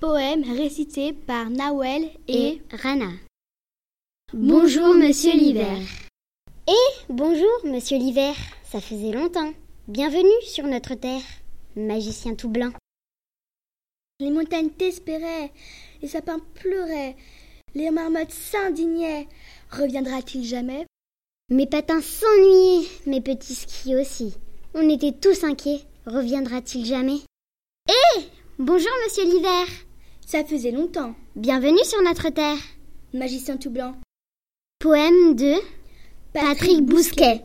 Poème récité par Nawel et, et Rana. Bonjour, monsieur l'hiver. Et bonjour, monsieur l'hiver. Ça faisait longtemps. Bienvenue sur notre terre, magicien tout blanc. Les montagnes t'espéraient, les sapins pleuraient, les marmottes s'indignaient. Reviendra-t-il jamais Mes patins s'ennuyaient, mes petits skis aussi. On était tous inquiets. Reviendra-t-il jamais Eh Bonjour, monsieur l'hiver. Ça faisait longtemps. Bienvenue sur notre terre. Magicien tout blanc. Poème de Patrick Bousquet.